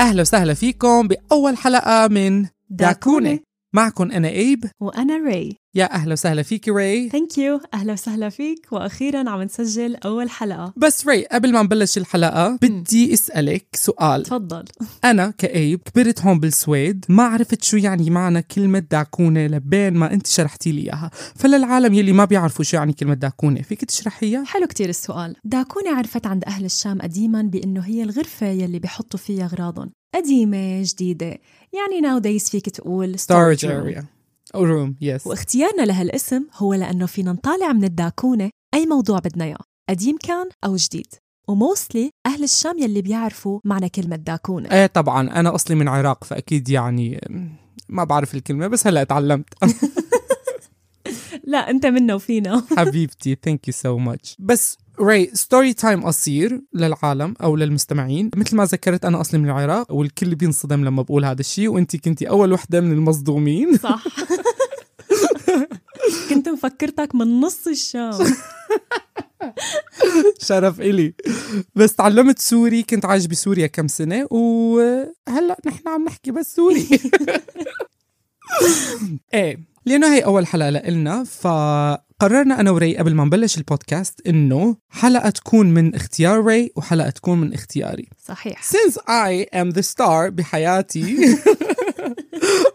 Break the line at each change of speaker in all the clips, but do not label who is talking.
أهلا وسهلا فيكم بأول حلقة من داكونة معكم أنا إيب
وأنا راي
يا أهلا وسهلا فيك راي
ثانك يو أهلا وسهلا فيك وأخيرا عم نسجل أول حلقة
بس راي قبل ما نبلش الحلقة بدي أسألك سؤال
تفضل
أنا كأيب كبرت هون بالسويد ما عرفت شو يعني معنى كلمة داكونة لبين ما أنت شرحتي لي إياها فللعالم يلي ما بيعرفوا شو يعني كلمة داكونة فيك تشرحيها؟
حلو كتير السؤال داكونة عرفت عند أهل الشام قديما بأنه هي الغرفة يلي بيحطوا فيها أغراضهم قديمة جديدة يعني nowadays فيك تقول
storage
room.
area أو room yes
واختيارنا لهالاسم هو لأنه فينا نطالع من الداكونة أي موضوع بدنا إياه قديم كان أو جديد وموستلي أهل الشام يلي بيعرفوا معنى كلمة داكونة
ايه طبعا انا اصلي من العراق فاكيد يعني ما بعرف الكلمه بس هلا اتعلمت
لا أنت منا وفينا
حبيبتي ثانك يو سو ماتش بس راي ستوري تايم قصير للعالم او للمستمعين مثل ما ذكرت انا اصلي من العراق والكل بينصدم لما بقول هذا الشيء وانت كنتي اول وحده من المصدومين
صح كنت مفكرتك من نص الشام
شرف إلي بس تعلمت سوري كنت عايش بسوريا كم سنة وهلا نحن عم نحكي بس سوري ايه لأنه هي أول حلقة لإلنا فقررنا أنا وري قبل ما نبلش البودكاست إنه حلقة تكون من اختيار ري وحلقة تكون من اختياري
صحيح
since I am the star بحياتي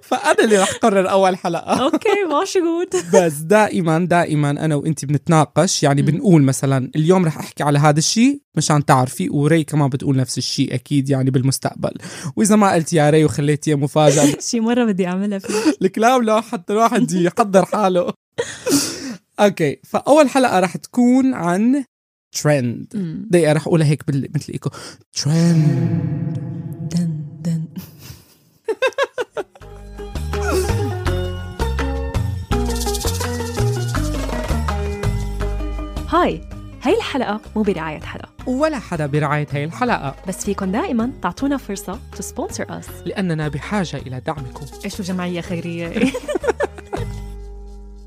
فأنا اللي رح قرر أول حلقة
اوكي ماشي جود
بس دائما دائما انا وانت بنتناقش يعني
مم.
بنقول مثلا اليوم رح احكي على هذا الشيء مشان تعرفي وري كمان بتقول نفس الشيء اكيد يعني بالمستقبل واذا ما قلت يا ري وخليتيها مفاجاه
شي مره بدي اعملها فيه
الكلام لا حتى الواحد يحضر حاله اوكي فاول حلقه رح تكون عن ترند
مم.
دقيقه رح اقولها هيك بال- مثل ايكو ترند
دن دن هاي هاي الحلقة مو برعاية حدا
ولا حدا برعايه هاي الحلقه
بس فيكن دائما تعطونا فرصة to sponsor us
لاننا بحاجه الى دعمكم
ايش جمعية خيرية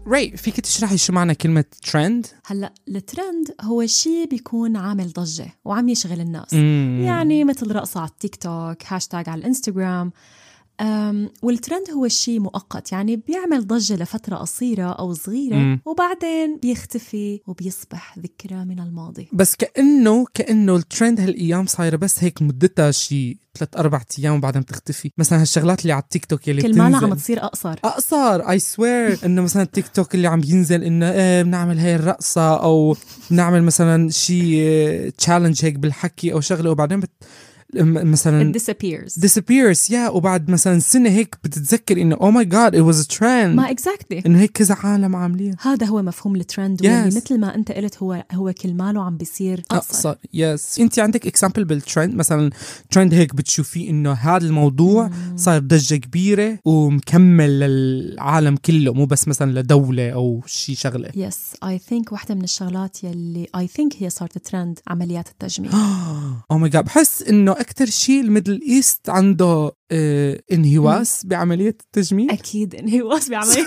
ري فيك تشرحي شو معنى كلمه ترند
هلا الترند هو شيء بيكون عامل ضجة وعم يشغل الناس يعني مثل رقصة على التيك توك هاشتاج على الانستغرام أم، والترند هو شيء مؤقت يعني بيعمل ضجة لفترة قصيرة أو صغيرة
مم.
وبعدين بيختفي وبيصبح ذكرى من الماضي
بس كانه كانه الترند هالايام صايره بس هيك مدتها شي ثلاث اربع ايام وبعدين بتختفي مثلا هالشغلات اللي على التيك توك اللي
كل مالها عم
بتنزل آه،
تصير أقصر
اقصر اي سوير انه مثلا التيك توك اللي عم ينزل انه ايه بنعمل هاي الرقصه او بنعمل مثلا شي تشالنج هيك بالحكي او شغله وبعدين بت... م- مثلا
It disappears
disappears يا وبعد مثلا سنه هيك بتتذكر oh انه او ماي جاد ات واز ترند
ما exactly
انه هيك كذا عالم عاملين
هذا هو مفهوم الترند واللي
Yes.
مثل ما انت قلت هو هو كل ماله عم بيصير اقصر
اقصر يس آه، انت عندك اكزامبل بالترند مثلا ترند هيك بتشوفيه انه هذا الموضوع صار ضجه كبيره ومكمل للعالم كله مو بس مثلا لدوله او شي شغله
يس اي ثينك وحده من الشغلات يلي اي ثينك هي صارت ترند عمليات التجميل
او ماي جاد Oh بحس انه اكثر شيء الميدل ايست عنده آه انهواس بعمليه التجميل
اكيد انهواس بعمل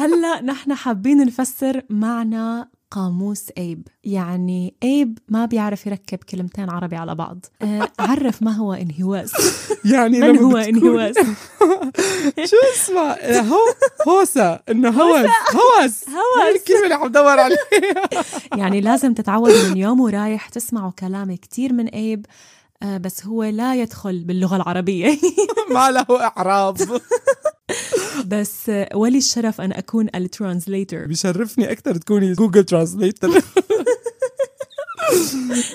هلا نحن حابين نفسر معنى قاموس ايب يعني ايب ما بيعرف يركب كلمتين عربي على بعض آه، عرف ما هو انهواس
يعني
من
لما
هو
بتكون-
انهواس
شو اسمه آه، هو هوسه انه هوس هوس هي
هوس
الكلمه اللي عم دور عليها
يعني لازم تتعود من يوم ورايح تسمعوا كلام كتير من ايب آه، بس هو لا يدخل باللغة العربية
ما له اعراب
بس آه، ولي الشرف أن أكون الترانزليتر
بيشرفني اكثر تكوني جوجل ترانسليتر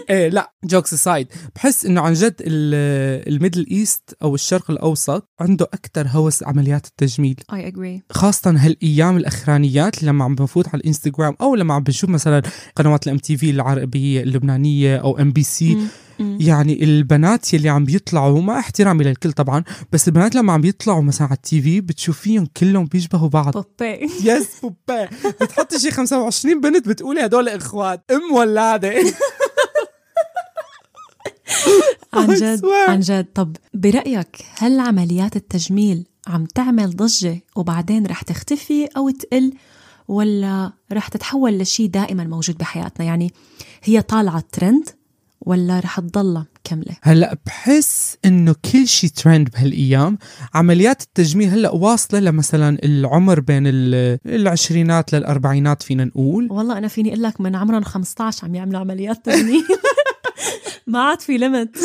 ايه لا جوكس سايد بحس انه عن جد ال- الميدل ايست او الشرق الاوسط عنده اكثر هوس عمليات التجميل
I agree
خاصه هالايام الاخرانيات لما عم بفوت على الانستغرام او لما عم بشوف مثلا قنوات الام تي في العربيه اللبنانيه او ام بي سي
مم، مم.
يعني البنات يلي عم بيطلعوا ما احترامي للكل طبعا بس البنات لما عم بيطلعوا مثلا على التي في بتشوفيهم كلهم بيشبهوا بعض
بوبي
يس بوبا بتحطي شي 25 بنت بتقولي هدول اخوات ام ولاده
عن
I
جد
swear.
عن جد طب برأيك هل عمليات التجميل عم تعمل ضجة وبعدين رح تختفي أو تقل ولا رح تتحول لشيء دائما موجود بحياتنا يعني هي طالعة ترند ولا رح تضلها مكمله
هلا بحس انه كل شيء ترند بهالايام عمليات التجميل هلا واصله لمثلا العمر بين ال- العشرينات للاربعينات فينا نقول
والله انا فيني اقول لك من عمرهم 15 عم يعملوا عمليات تجميل ما عاد في ليمت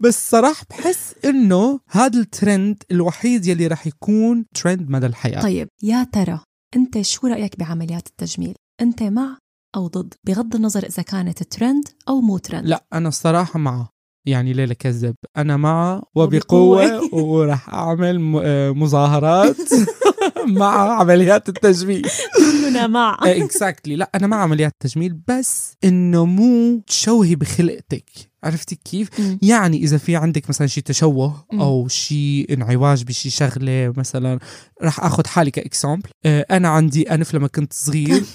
بس صراحة بحس انه هذا الترند الوحيد يلي رح يكون ترند مدى الحياة
طيب يا ترى انت شو رايك بعمليات التجميل انت مع او ضد بغض النظر اذا كانت ترند او مو ترند
لا انا الصراحه معه يعني ليلى كذب انا معه
وبقوة.
وبقوه وراح اعمل م- آه، مظاهرات مع عمليات التجميل
كلنا مع
اكزاكتلي لا انا مع عمليات التجميل بس انه مو تشوهي بخلقتك عرفتي كيف
مم.
يعني اذا في عندك مثلا شيء تشوه
مم.
او شيء انعواج بشي شغله مثلا راح اخذ حالي كاكسامبل آه، انا عندي انف لما كنت صغير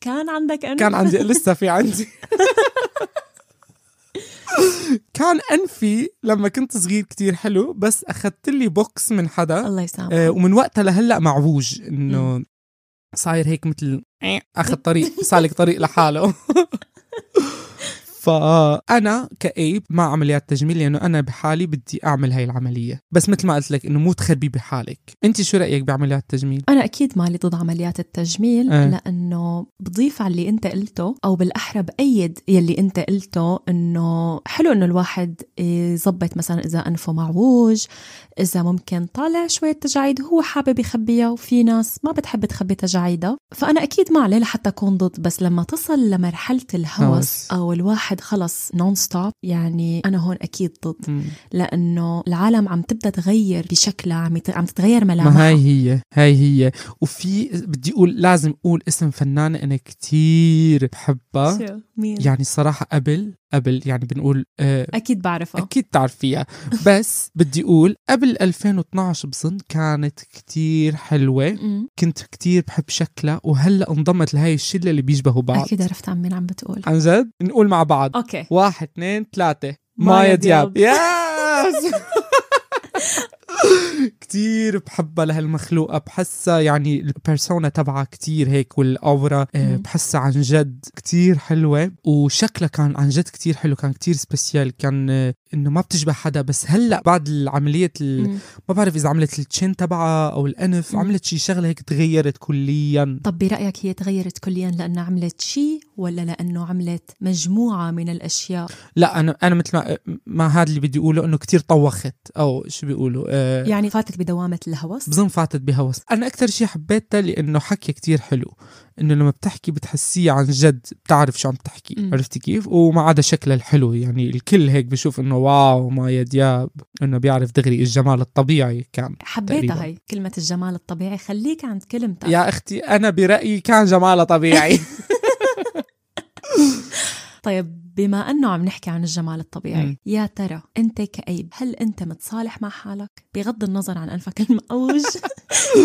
كان عندك انف
كان عندي لسه في عندي كان انفي لما كنت صغير كتير حلو بس اخذت لي بوكس من حدا
الله يسامحك
آه، ومن وقتها لهلا معوج انه صاير هيك مثل اخذ طريق سالك طريق لحاله فانا كايب مع عمليات تجميل لانه انا بحالي بدي اعمل هاي العمليه بس مثل ما قلت لك انه مو تخبي بحالك انت شو رايك بعمليات التجميل
أنا أكيد مالي ضد عمليات التجميل
إيه.
أه. لأنه بضيف على اللي أنت قلته أو بالأحرى بأيد يلي أنت قلته إنه حلو إنه الواحد يظبط مثلا إذا أنفه معوج إذا ممكن طالع شوية تجاعيد هو حابب يخبيها وفي ناس ما بتحب تخبي تجاعيدها فأنا أكيد ما عليه لحتى أكون ضد بس لما تصل لمرحلة
هوس.
الهوس أو الواحد خلص نون ستوب يعني أنا هون أكيد ضد
مم.
لأنه العالم عم تبدأ تغير بشكلها عم يت- عم تتغير ملامحها
ما هاي هي هاي هي وفي بدي اقول لازم اقول اسم فنانه انا كتير بحبها
شو؟ مين؟
يعني صراحه قبل قبل يعني بنقول آه،
اكيد بعرفها أكيد.
اكيد تعرفيها بس بدي اقول قبل 2012 بظن كانت كتير حلوه كنت كتير بحب شكلها وهلا انضمت لهاي الشله اللي بيشبهوا بعض
اكيد عرفت عن مين عم بتقول
عن جد نقول مع بعض
اوكي
واحد اثنين ثلاثة
مايا
مايا دياب ياس كتير بحبها لهالمخلوقة بحسها يعني البيرسونا تبعها كتير هيك والأورا آه،
مم.
بحسها عن جد كتير حلوة وشكلها كان عن جد كتير حلو كان كتير سبيسيال كان آه، انه ما بتشبه حدا بس هلا بعد العملية ال-
مم.
ما بعرف اذا عملت التشين تبعها او الانف
مم.
عملت شي شغلة هيك تغيرت كليا
طب برايك هي تغيرت كليا لانها عملت شيء ولا لانه عملت مجموعه من الاشياء
لا انا انا مثل ما ما هذا اللي بدي اقوله انه كتير طوخت او شو بيقولوا آه،
يعني فاتت بدوامه الهوس
بظن فاتت بهوس انا اكثر شيء حبيتها لانه حكي كتير حلو انه لما بتحكي بتحسيه عن جد بتعرف شو عم تحكي
مم.
عرفتي كيف وما عدا شكلها الحلو يعني الكل هيك بشوف انه واو مايا دياب انه بيعرف دغري الجمال الطبيعي كان تقريباً.
حبيتها هي كلمه الجمال الطبيعي خليك عند كلمتك
يا اختي انا برايي كان جمالها طبيعي
طيب بما انه عم نحكي عن الجمال الطبيعي
مم.
يا ترى انت كأيب هل انت متصالح مع حالك بغض النظر عن انفك المأوج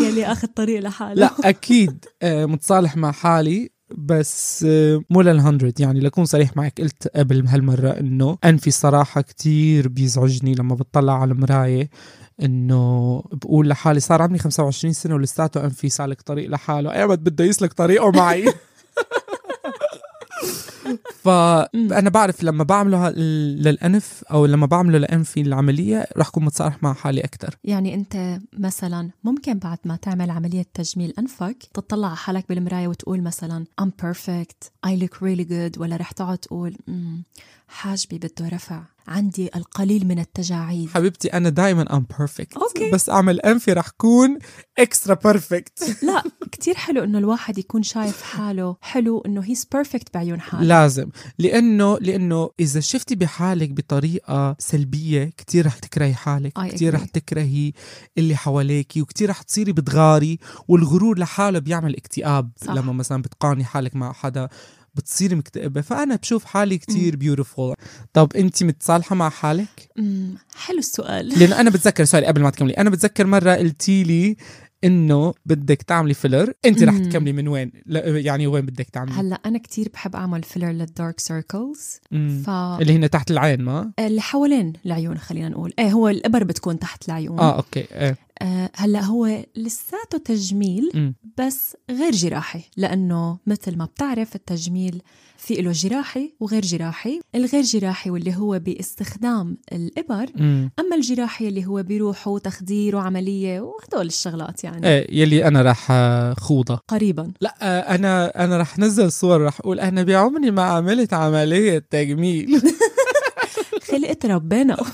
يلي اخذ طريق لحاله
لا اكيد آه، متصالح مع حالي بس آه، مو لل100 يعني لكون صريح معك قلت قبل هالمره انه انفي صراحه كتير بيزعجني لما بتطلع على المرايه انه بقول لحالي صار عمري 25 سنه ولساته انفي سالك طريق لحاله ايمت بده يسلك طريقه معي فانا بعرف لما بعمله هال- للانف او لما بعمله لانفي العمليه رح اكون متصالح مع حالي اكثر
يعني انت مثلا ممكن بعد ما تعمل عمليه تجميل انفك تطلع على حالك بالمرايه وتقول مثلا I'm perfect I look really good ولا رح تقعد تقول "مم، حاجبي بده رفع عندي القليل من التجاعيد
حبيبتي انا دائما ام بيرفكت
أوكي.
بس اعمل انفي رح كون اكسترا بيرفكت
لا كتير حلو انه الواحد يكون شايف حاله حلو انه هي's perfect بعيون حاله
لازم لانه لانه اذا شفتي بحالك بطريقه سلبيه كتير رح تكرهي حالك
I
كتير
agree.
رح تكرهي اللي حواليكي وكتير رح تصيري بتغاري والغرور لحاله بيعمل اكتئاب
صح.
لما مثلا بتقارني حالك مع حدا بتصيري مكتئبه فانا بشوف حالي كتير بيوتيفول طب انت متصالحه مع حالك
مم، حلو السؤال
لانه انا بتذكر سوري قبل ما تكملي انا بتذكر مره قلتي لي انه بدك تعملي فيلر انت رح
مم.
تكملي من وين لا يعني وين بدك تعملي
هلا انا كتير بحب اعمل فيلر للدارك سيركلز
مم.
ف
اللي هنا تحت العين ما
اللي حوالين العيون خلينا نقول ايه هو الابر إيه، بتكون تحت العيون
اه اوكي إيه.
آه، هلا هو لساته تجميل
مم.
بس غير جراحي لانه مثل ما بتعرف التجميل في له جراحي وغير جراحي الغير جراحي واللي هو باستخدام الابر
مم.
اما الجراحي اللي هو بيروح وتخدير وعمليه وهدول الشغلات يعني
ايه يلي انا راح آه، خوضها
قريبا
لا آه، انا انا رح نزل صور رح اقول انا بعمري ما عملت عمليه تجميل
خلقت ربنا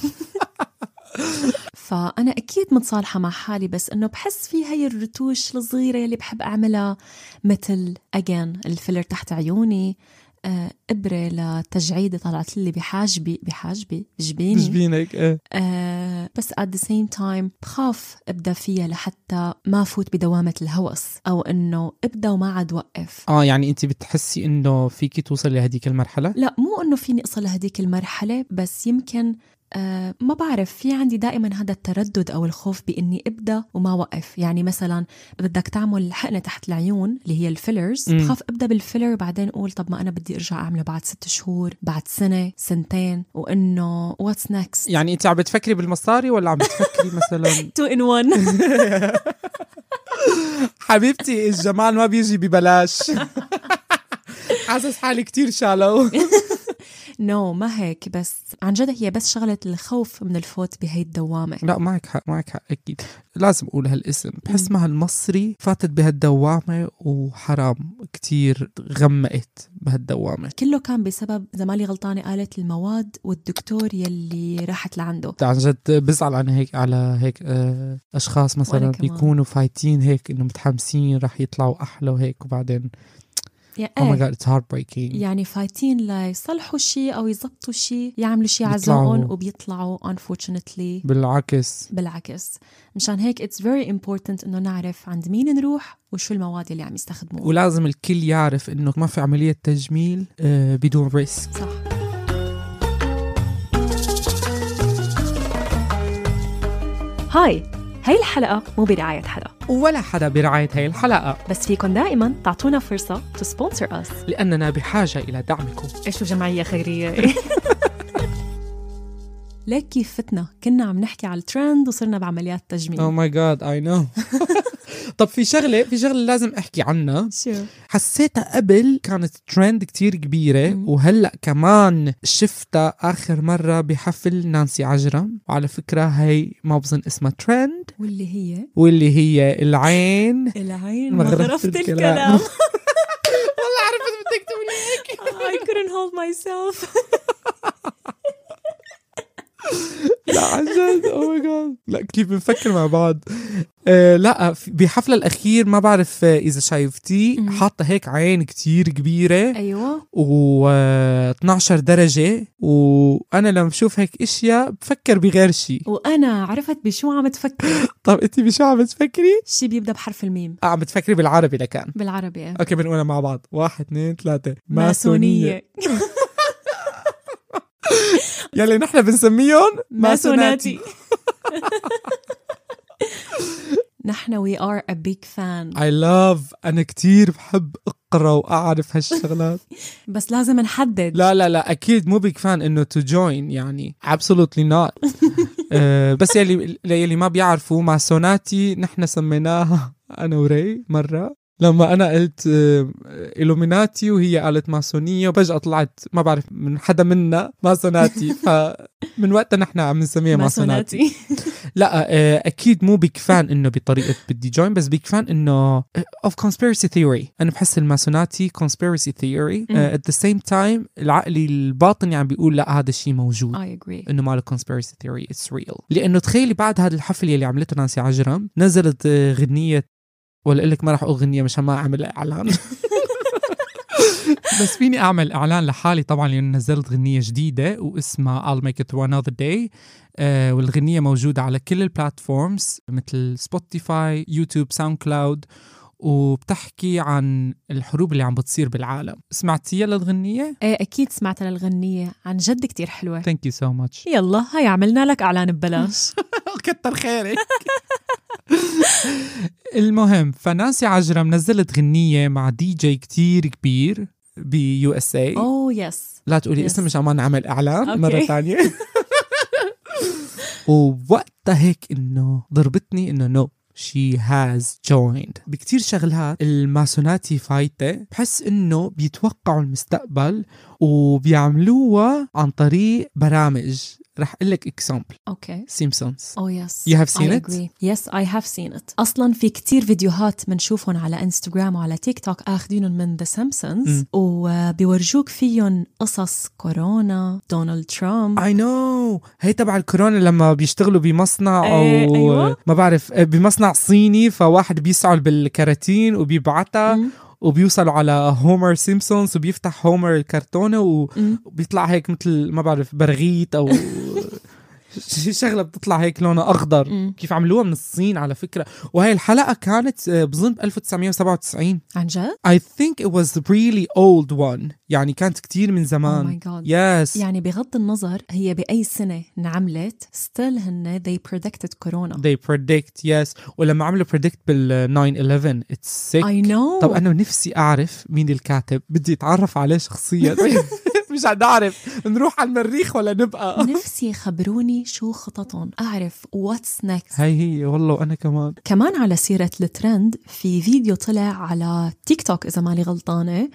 فأنا أكيد متصالحة مع حالي بس إنه بحس في هاي الرتوش الصغيرة اللي بحب أعملها مثل أجان الفيلر تحت عيوني آه، إبرة لتجعيدة طلعت لي بحاجبي بحاجبي جبيني
جبينك ايه
آه بس at the same time بخاف ابدا فيها لحتى ما فوت بدوامه الهوس او انه ابدا وما عاد وقف
اه يعني انت بتحسي انه فيكي توصل لهديك المرحله
لا مو انه فيني اصل لهديك المرحله بس يمكن آه ما بعرف في عندي دائما هذا التردد او الخوف باني ابدا وما وقف يعني مثلا بدك تعمل حقنه تحت العيون اللي هي الفيلرز
مم.
بخاف ابدا بالفيلر بعدين اقول طب ما انا بدي ارجع اعمله بعد ست شهور بعد سنه سنتين وانه واتس نيكست
يعني انت عم بتفكري بالمصاري ولا عم بتفكري مثلا
تو ان وان
حبيبتي الجمال ما بيجي ببلاش حاسس حالي كتير شالو
نو ما هيك بس عن جد هي بس شغله الخوف من الفوت بهي الدوامه
لا معك حق معك حق اكيد لازم اقول هالاسم بحس مع المصري فاتت بهالدوامه وحرام كتير غمقت بهالدوامه
كله كان بسبب إذا مالي غلطانة قالت المواد والدكتور يلي راحت لعنده
عن جد بزعل عن هيك على هيك آه، اشخاص مثلا
وأنا كمان.
يكونوا فايتين هيك انه متحمسين رح يطلعوا احلى وهيك وبعدين oh
يا
او ماي
إيه
جاد اتس هارت بريكينج
يعني فايتين ليصلحوا شيء أو يزبطوا شيء يعملوا شيء على
بيطلعوا.
ذوقهم وبيطلعوا unfortunately
بالعكس
بالعكس مشان هيك it's very important إنه نعرف عند مين نروح وشو المواد اللي عم يستخدموها
ولازم الكل يعرف انه ما في عمليه تجميل آه، بدون ريسك
صح هاي هاي الحلقة مو برعاية حدا
ولا حدا برعايه هاي الحلقه
بس فيكن دائما تعطونا فرصة to sponsor us
لاننا بحاجه الى دعمكم
ايش جمعية خيرية ليك كيف فتنا كنا عم نحكي على الترند وصرنا بعمليات
او
تجميل
ماي جاد اي نو طب في شغله في شغله لازم احكي عنها
شو
حسيتها قبل كانت ترند كتير كبيرة
مم.
وهلأ كمان شفتها آخر مرة بحفل نانسي عجرم وعلى فكرة هي ما بظن اسمها ترند
واللي هي
واللي هي العين
العين
ما
ما
غرفت
غرفت
الكلام.
الكلام
والله عرفت بدك تقولي
I couldn't hold myself
لا عن جد او ماي جاد لا كيف بنفكر مع بعض آه لا في- بحفلة الأخير ما بعرف آه، إذا شايفتيه
مم.
حاطة هيك عين كتير كبيرة
ايوه
و12 درجة وأنا لما بشوف هيك إشياء بفكر بغير شيء
وانا عرفت بشو عم تفكر
طب انت بشو عم تفكري؟
شي بيبدا بحرف الميم
آه عم بتفكري بالعربي لكان
بالعربي
اوكي بنقولها مع بعض واحد اثنين ثلاثة
ماسونية
يلي نحن بنسميهم
ماسوناتي نحن we are a big fan
اي لاف انا كتير بحب اقرا واعرف هالشغلات
بس لازم نحدد
لا لا لا اكيد مو بيك فان انه تو جوين يعني absolutely not آه، بس يلي يلي ما بيعرفوا ماسوناتي نحن سميناها انا وري مره لما انا قلت الوميناتي وهي قالت ماسونيه وفجاه طلعت ما بعرف من حدا منا ماسوناتي فمن وقتها نحن عم نسميها ماسوناتي
ماسوناتي
لا آه، اكيد مو بيك فان انه بطريقه بدي جوين بس بيك فان انه اوف كونسبيرسي ثيوري انا بحس الماسوناتي آه، كونسبيرسي ثيوري
مم.
ات ذا سيم تايم العقل الباطني عم بيقول لا هذا الشيء موجود
I agree
انه ماله كونسبيرسي ثيوري اتس ريل لانه تخيلي بعد هذا الحفل يلي عملته نانسي عجرم نزلت آه، غنيه ولا اقول لك ما راح اقول غنيه مشان ما اعمل اعلان بس فيني اعمل اعلان لحالي طبعا لانه نزلت غنيه جديده واسمها I'll make it through another day آه والغنيه موجوده على كل البلاتفورمز مثل سبوتيفاي يوتيوب ساوند كلاود وبتحكي عن الحروب اللي عم بتصير بالعالم سمعتيها للغنيه
ايه اكيد سمعت للغنية عن جد كتير حلوة
ثانك يو سو ماتش
يلا هاي عملنا لك اعلان ببلاش
كتر خيرك المهم فنانسي عجرم نزلت غنية مع دي جي كتير كبير بيو اس اي
اوه يس
إيه. لا تقولي
Yes.
اسم مش عمان عمل اعلان
أوكي.
مرة ثانية ووقتها هيك انه ضربتني انه نو she has joined بكتير شغلات الماسوناتي فايتة بحس انه بيتوقعوا المستقبل وبيعملوها عن طريق برامج رح اقول لك اكزامبل
اوكي
سيمسونز
Oh yes.
You have seen
I
it?
Agree. Yes, I have seen it. أصلا في كتير فيديوهات منشوفهم على انستغرام وعلى تيك توك آخذينهم من The Simpsons
مم.
وبيورجوك فيهم قصص كورونا دونالد ترامب
اي نو هي تبع الكورونا لما بيشتغلوا بمصنع او
إيه، أيوة.
ما بعرف إيه، بمصنع صيني فواحد بيسعل بالكراتين وبيبعتها
مم.
وبيوصلوا على هومر سيمسونز وبيفتح هومر الكرتونه و...
مم.
بيطلع هيك مثل ما بعرف برغيت او ش- شغله بتطلع هيك لونها اخضر
مم.
كيف عملوها من الصين على فكره وهي الحلقه كانت آه، بظن ب 1997
عن جد؟
I think it was really old one يعني كانت كتير من زمان
Oh my God.
yes
يعني بغض النظر هي بأي سنة انعملت ستيل هن they predicted كورونا
they predict yes ولما عملوا predict بال 9/11 it's sick
I know
طب انا نفسي اعرف مين الكاتب بدي اتعرف عليه شخصيا مش حنعرف نروح على المريخ ولا نبقى
نفسي خبروني شو خططهم أعرف what's next
هاي هي والله وانا كمان
كمان على سيرة الترند في فيديو طلع على تيك توك إذا ماني غلطانة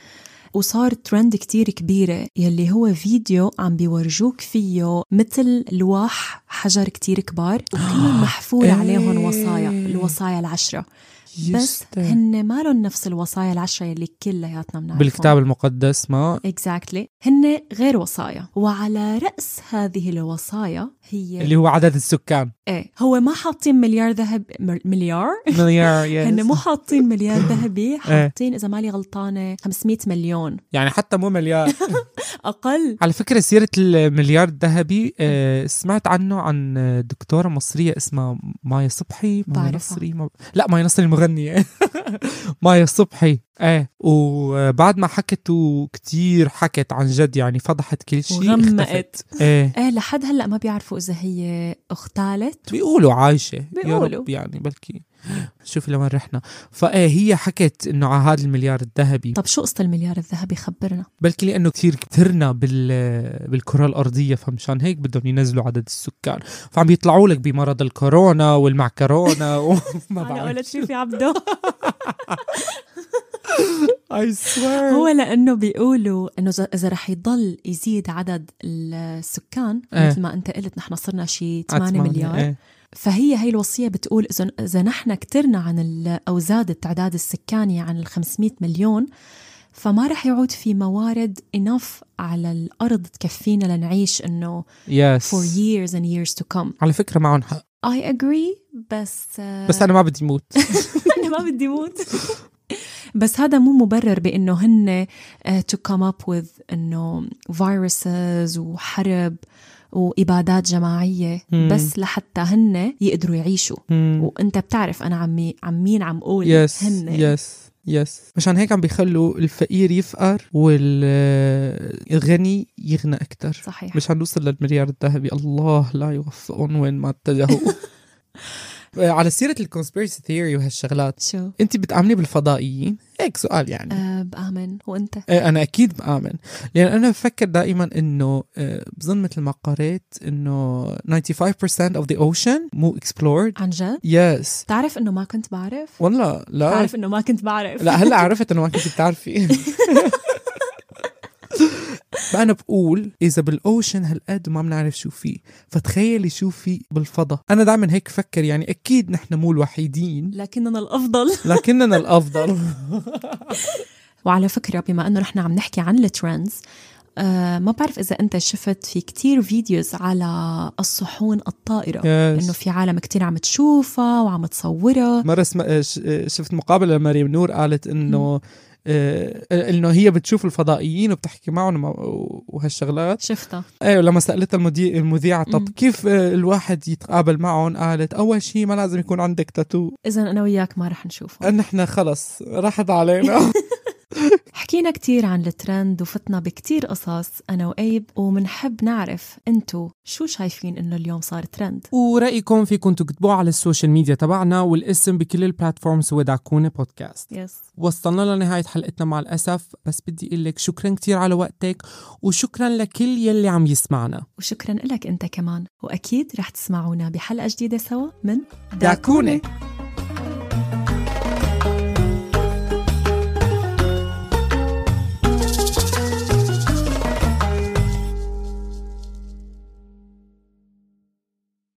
وصار ترند كتير كبيرة يلي هو فيديو عم بيورجوك فيه مثل لواح حجر كتير كبار وكلهم محفور
إيه. طيب.
عليهم وصايا الوصايا العشرة بس
يستاهل.
هن مالن نفس الوصايا العشرة يلي كلياتنا بنعرفهم
بالكتاب المقدس ما
exactly هن غير وصايا وعلى رأس هذه الوصايا هي
اللي هو عدد السكان
ايه هو ما حاطين مليار ذهب مليار
مليار
هن
yes.
مو حاطين مليار
إيه.
ذهبي حاطين اذا مالي غلطانه 500 مليون
يعني حتى مو مليار
اقل
على فكرة سيرة المليار الذهبي آه، سمعت عنه عن دكتورة مصرية اسمها مايا صبحي مايا
بعرفها.
نصري ما... لا مايا نصري مغنية مايا صبحي ايه وبعد ما حكت وكتير حكت عن جد يعني فضحت كل شيء اختفت
وغمقت
ايه
ايه لحد هلا ما بيعرفوا اذا هي اخت ثالث
بيقولوا عايشة يا
بيقولوا.
رب يعني بلكي شوفي لوين رحنا فايه هي حكت انه على هذا المليار الذهبي
طب شو قصه المليار الذهبي خبرنا
بلكي لانه كثير كثرنا بال بالكره الارضيه فمشان هيك بدهم ينزلوا عدد السكان فعم يطلعوا لك بمرض الكورونا والمعكرونا وما بعرف
شي في عبده
اي
هو
سوير
لانه بيقولوا انه إذا- اذا رح يضل يزيد عدد السكان
إيه. آه،
مثل ما انت قلت نحن صرنا شي 8 مليار
ايه.
فهي هي الوصيه بتقول اذا اذا نحن كترنا عن ال- او زاد التعداد السكاني عن ال 500 مليون فما رح يعود في موارد انف على الارض تكفينا لنعيش انه for
يس
years and years to come
على فكره معهم حق
I agree بس
بس انا ما بدي موت Hmm.
انا ما بدي موت بس هذا مو مبرر بانه هن آه، to come up with انه viruses وحرب وابادات جماعيه
مم.
بس لحتى هن يقدروا يعيشوا
مم.
وانت بتعرف انا عمي عم مين عم قول
يس
هن إيه.
يس يس مشان هيك عم بيخلوا الفقير يفقر والغني يغنى اكثر
صحيح
مش هنوصل للمليار الذهبي الله لا يوفقهم وين ما اتجهوا آه، على سيرة الكونسبيرسي ثيوري وهالشغلات
شو
انت بتآمني بالفضائيين هيك سؤال يعني
أه بآمن وانت
آه، انا اكيد بآمن لان انا بفكر دائما انه آه، بظن مثل ما قريت انه 95% of the ocean مو explored
عن جد
يس
بتعرف انه ما كنت بعرف
والله لا
بعرف انه ما كنت بعرف
آه. لا هلا عرفت انه ما كنت بتعرفي فانا بقول اذا بالاوشن هالقد ما بنعرف شو فيه فتخيلي شو في بالفضاء انا دائما هيك فكر يعني اكيد نحن مو الوحيدين
لكننا الافضل
لكننا الافضل
وعلى فكرة بما أنه نحن عم نحكي عن الترندز آه ما بعرف إذا أنت شفت في كتير فيديوز على الصحون الطائرة
Yes.
إنه في عالم كتير عم تشوفها وعم تصورها
مره سم... آه، ش- شفت مقابله لمريم نور قالت انه آه، انه هي بتشوف الفضائيين وبتحكي معهم و- وهالشغلات
شفتها
ايوه لما سالتها المدير المذيعه
مم.
طب كيف آه، الواحد يتقابل معهم قالت اول شيء ما لازم يكون عندك تاتو
إذا أنا وياك ما رح نشوفها
نحن خلص راحت علينا
حكينا كتير عن الترند وفتنا بكتير قصص أنا وأيب ومنحب نعرف أنتو شو شايفين إنه اليوم صار ترند
ورايكم فيكم تكتبوه على السوشيال ميديا تبعنا والاسم بكل البلاتفورمز هو دعكونه بودكاست
يس
وصلنا لنهاية حلقتنا مع الأسف بس بدي أقول لك شكرا كتير على وقتك وشكرا لكل يلي عم يسمعنا
وشكرا لك أنت كمان وأكيد رح تسمعونا بحلقة جديدة سوا من
داكونة.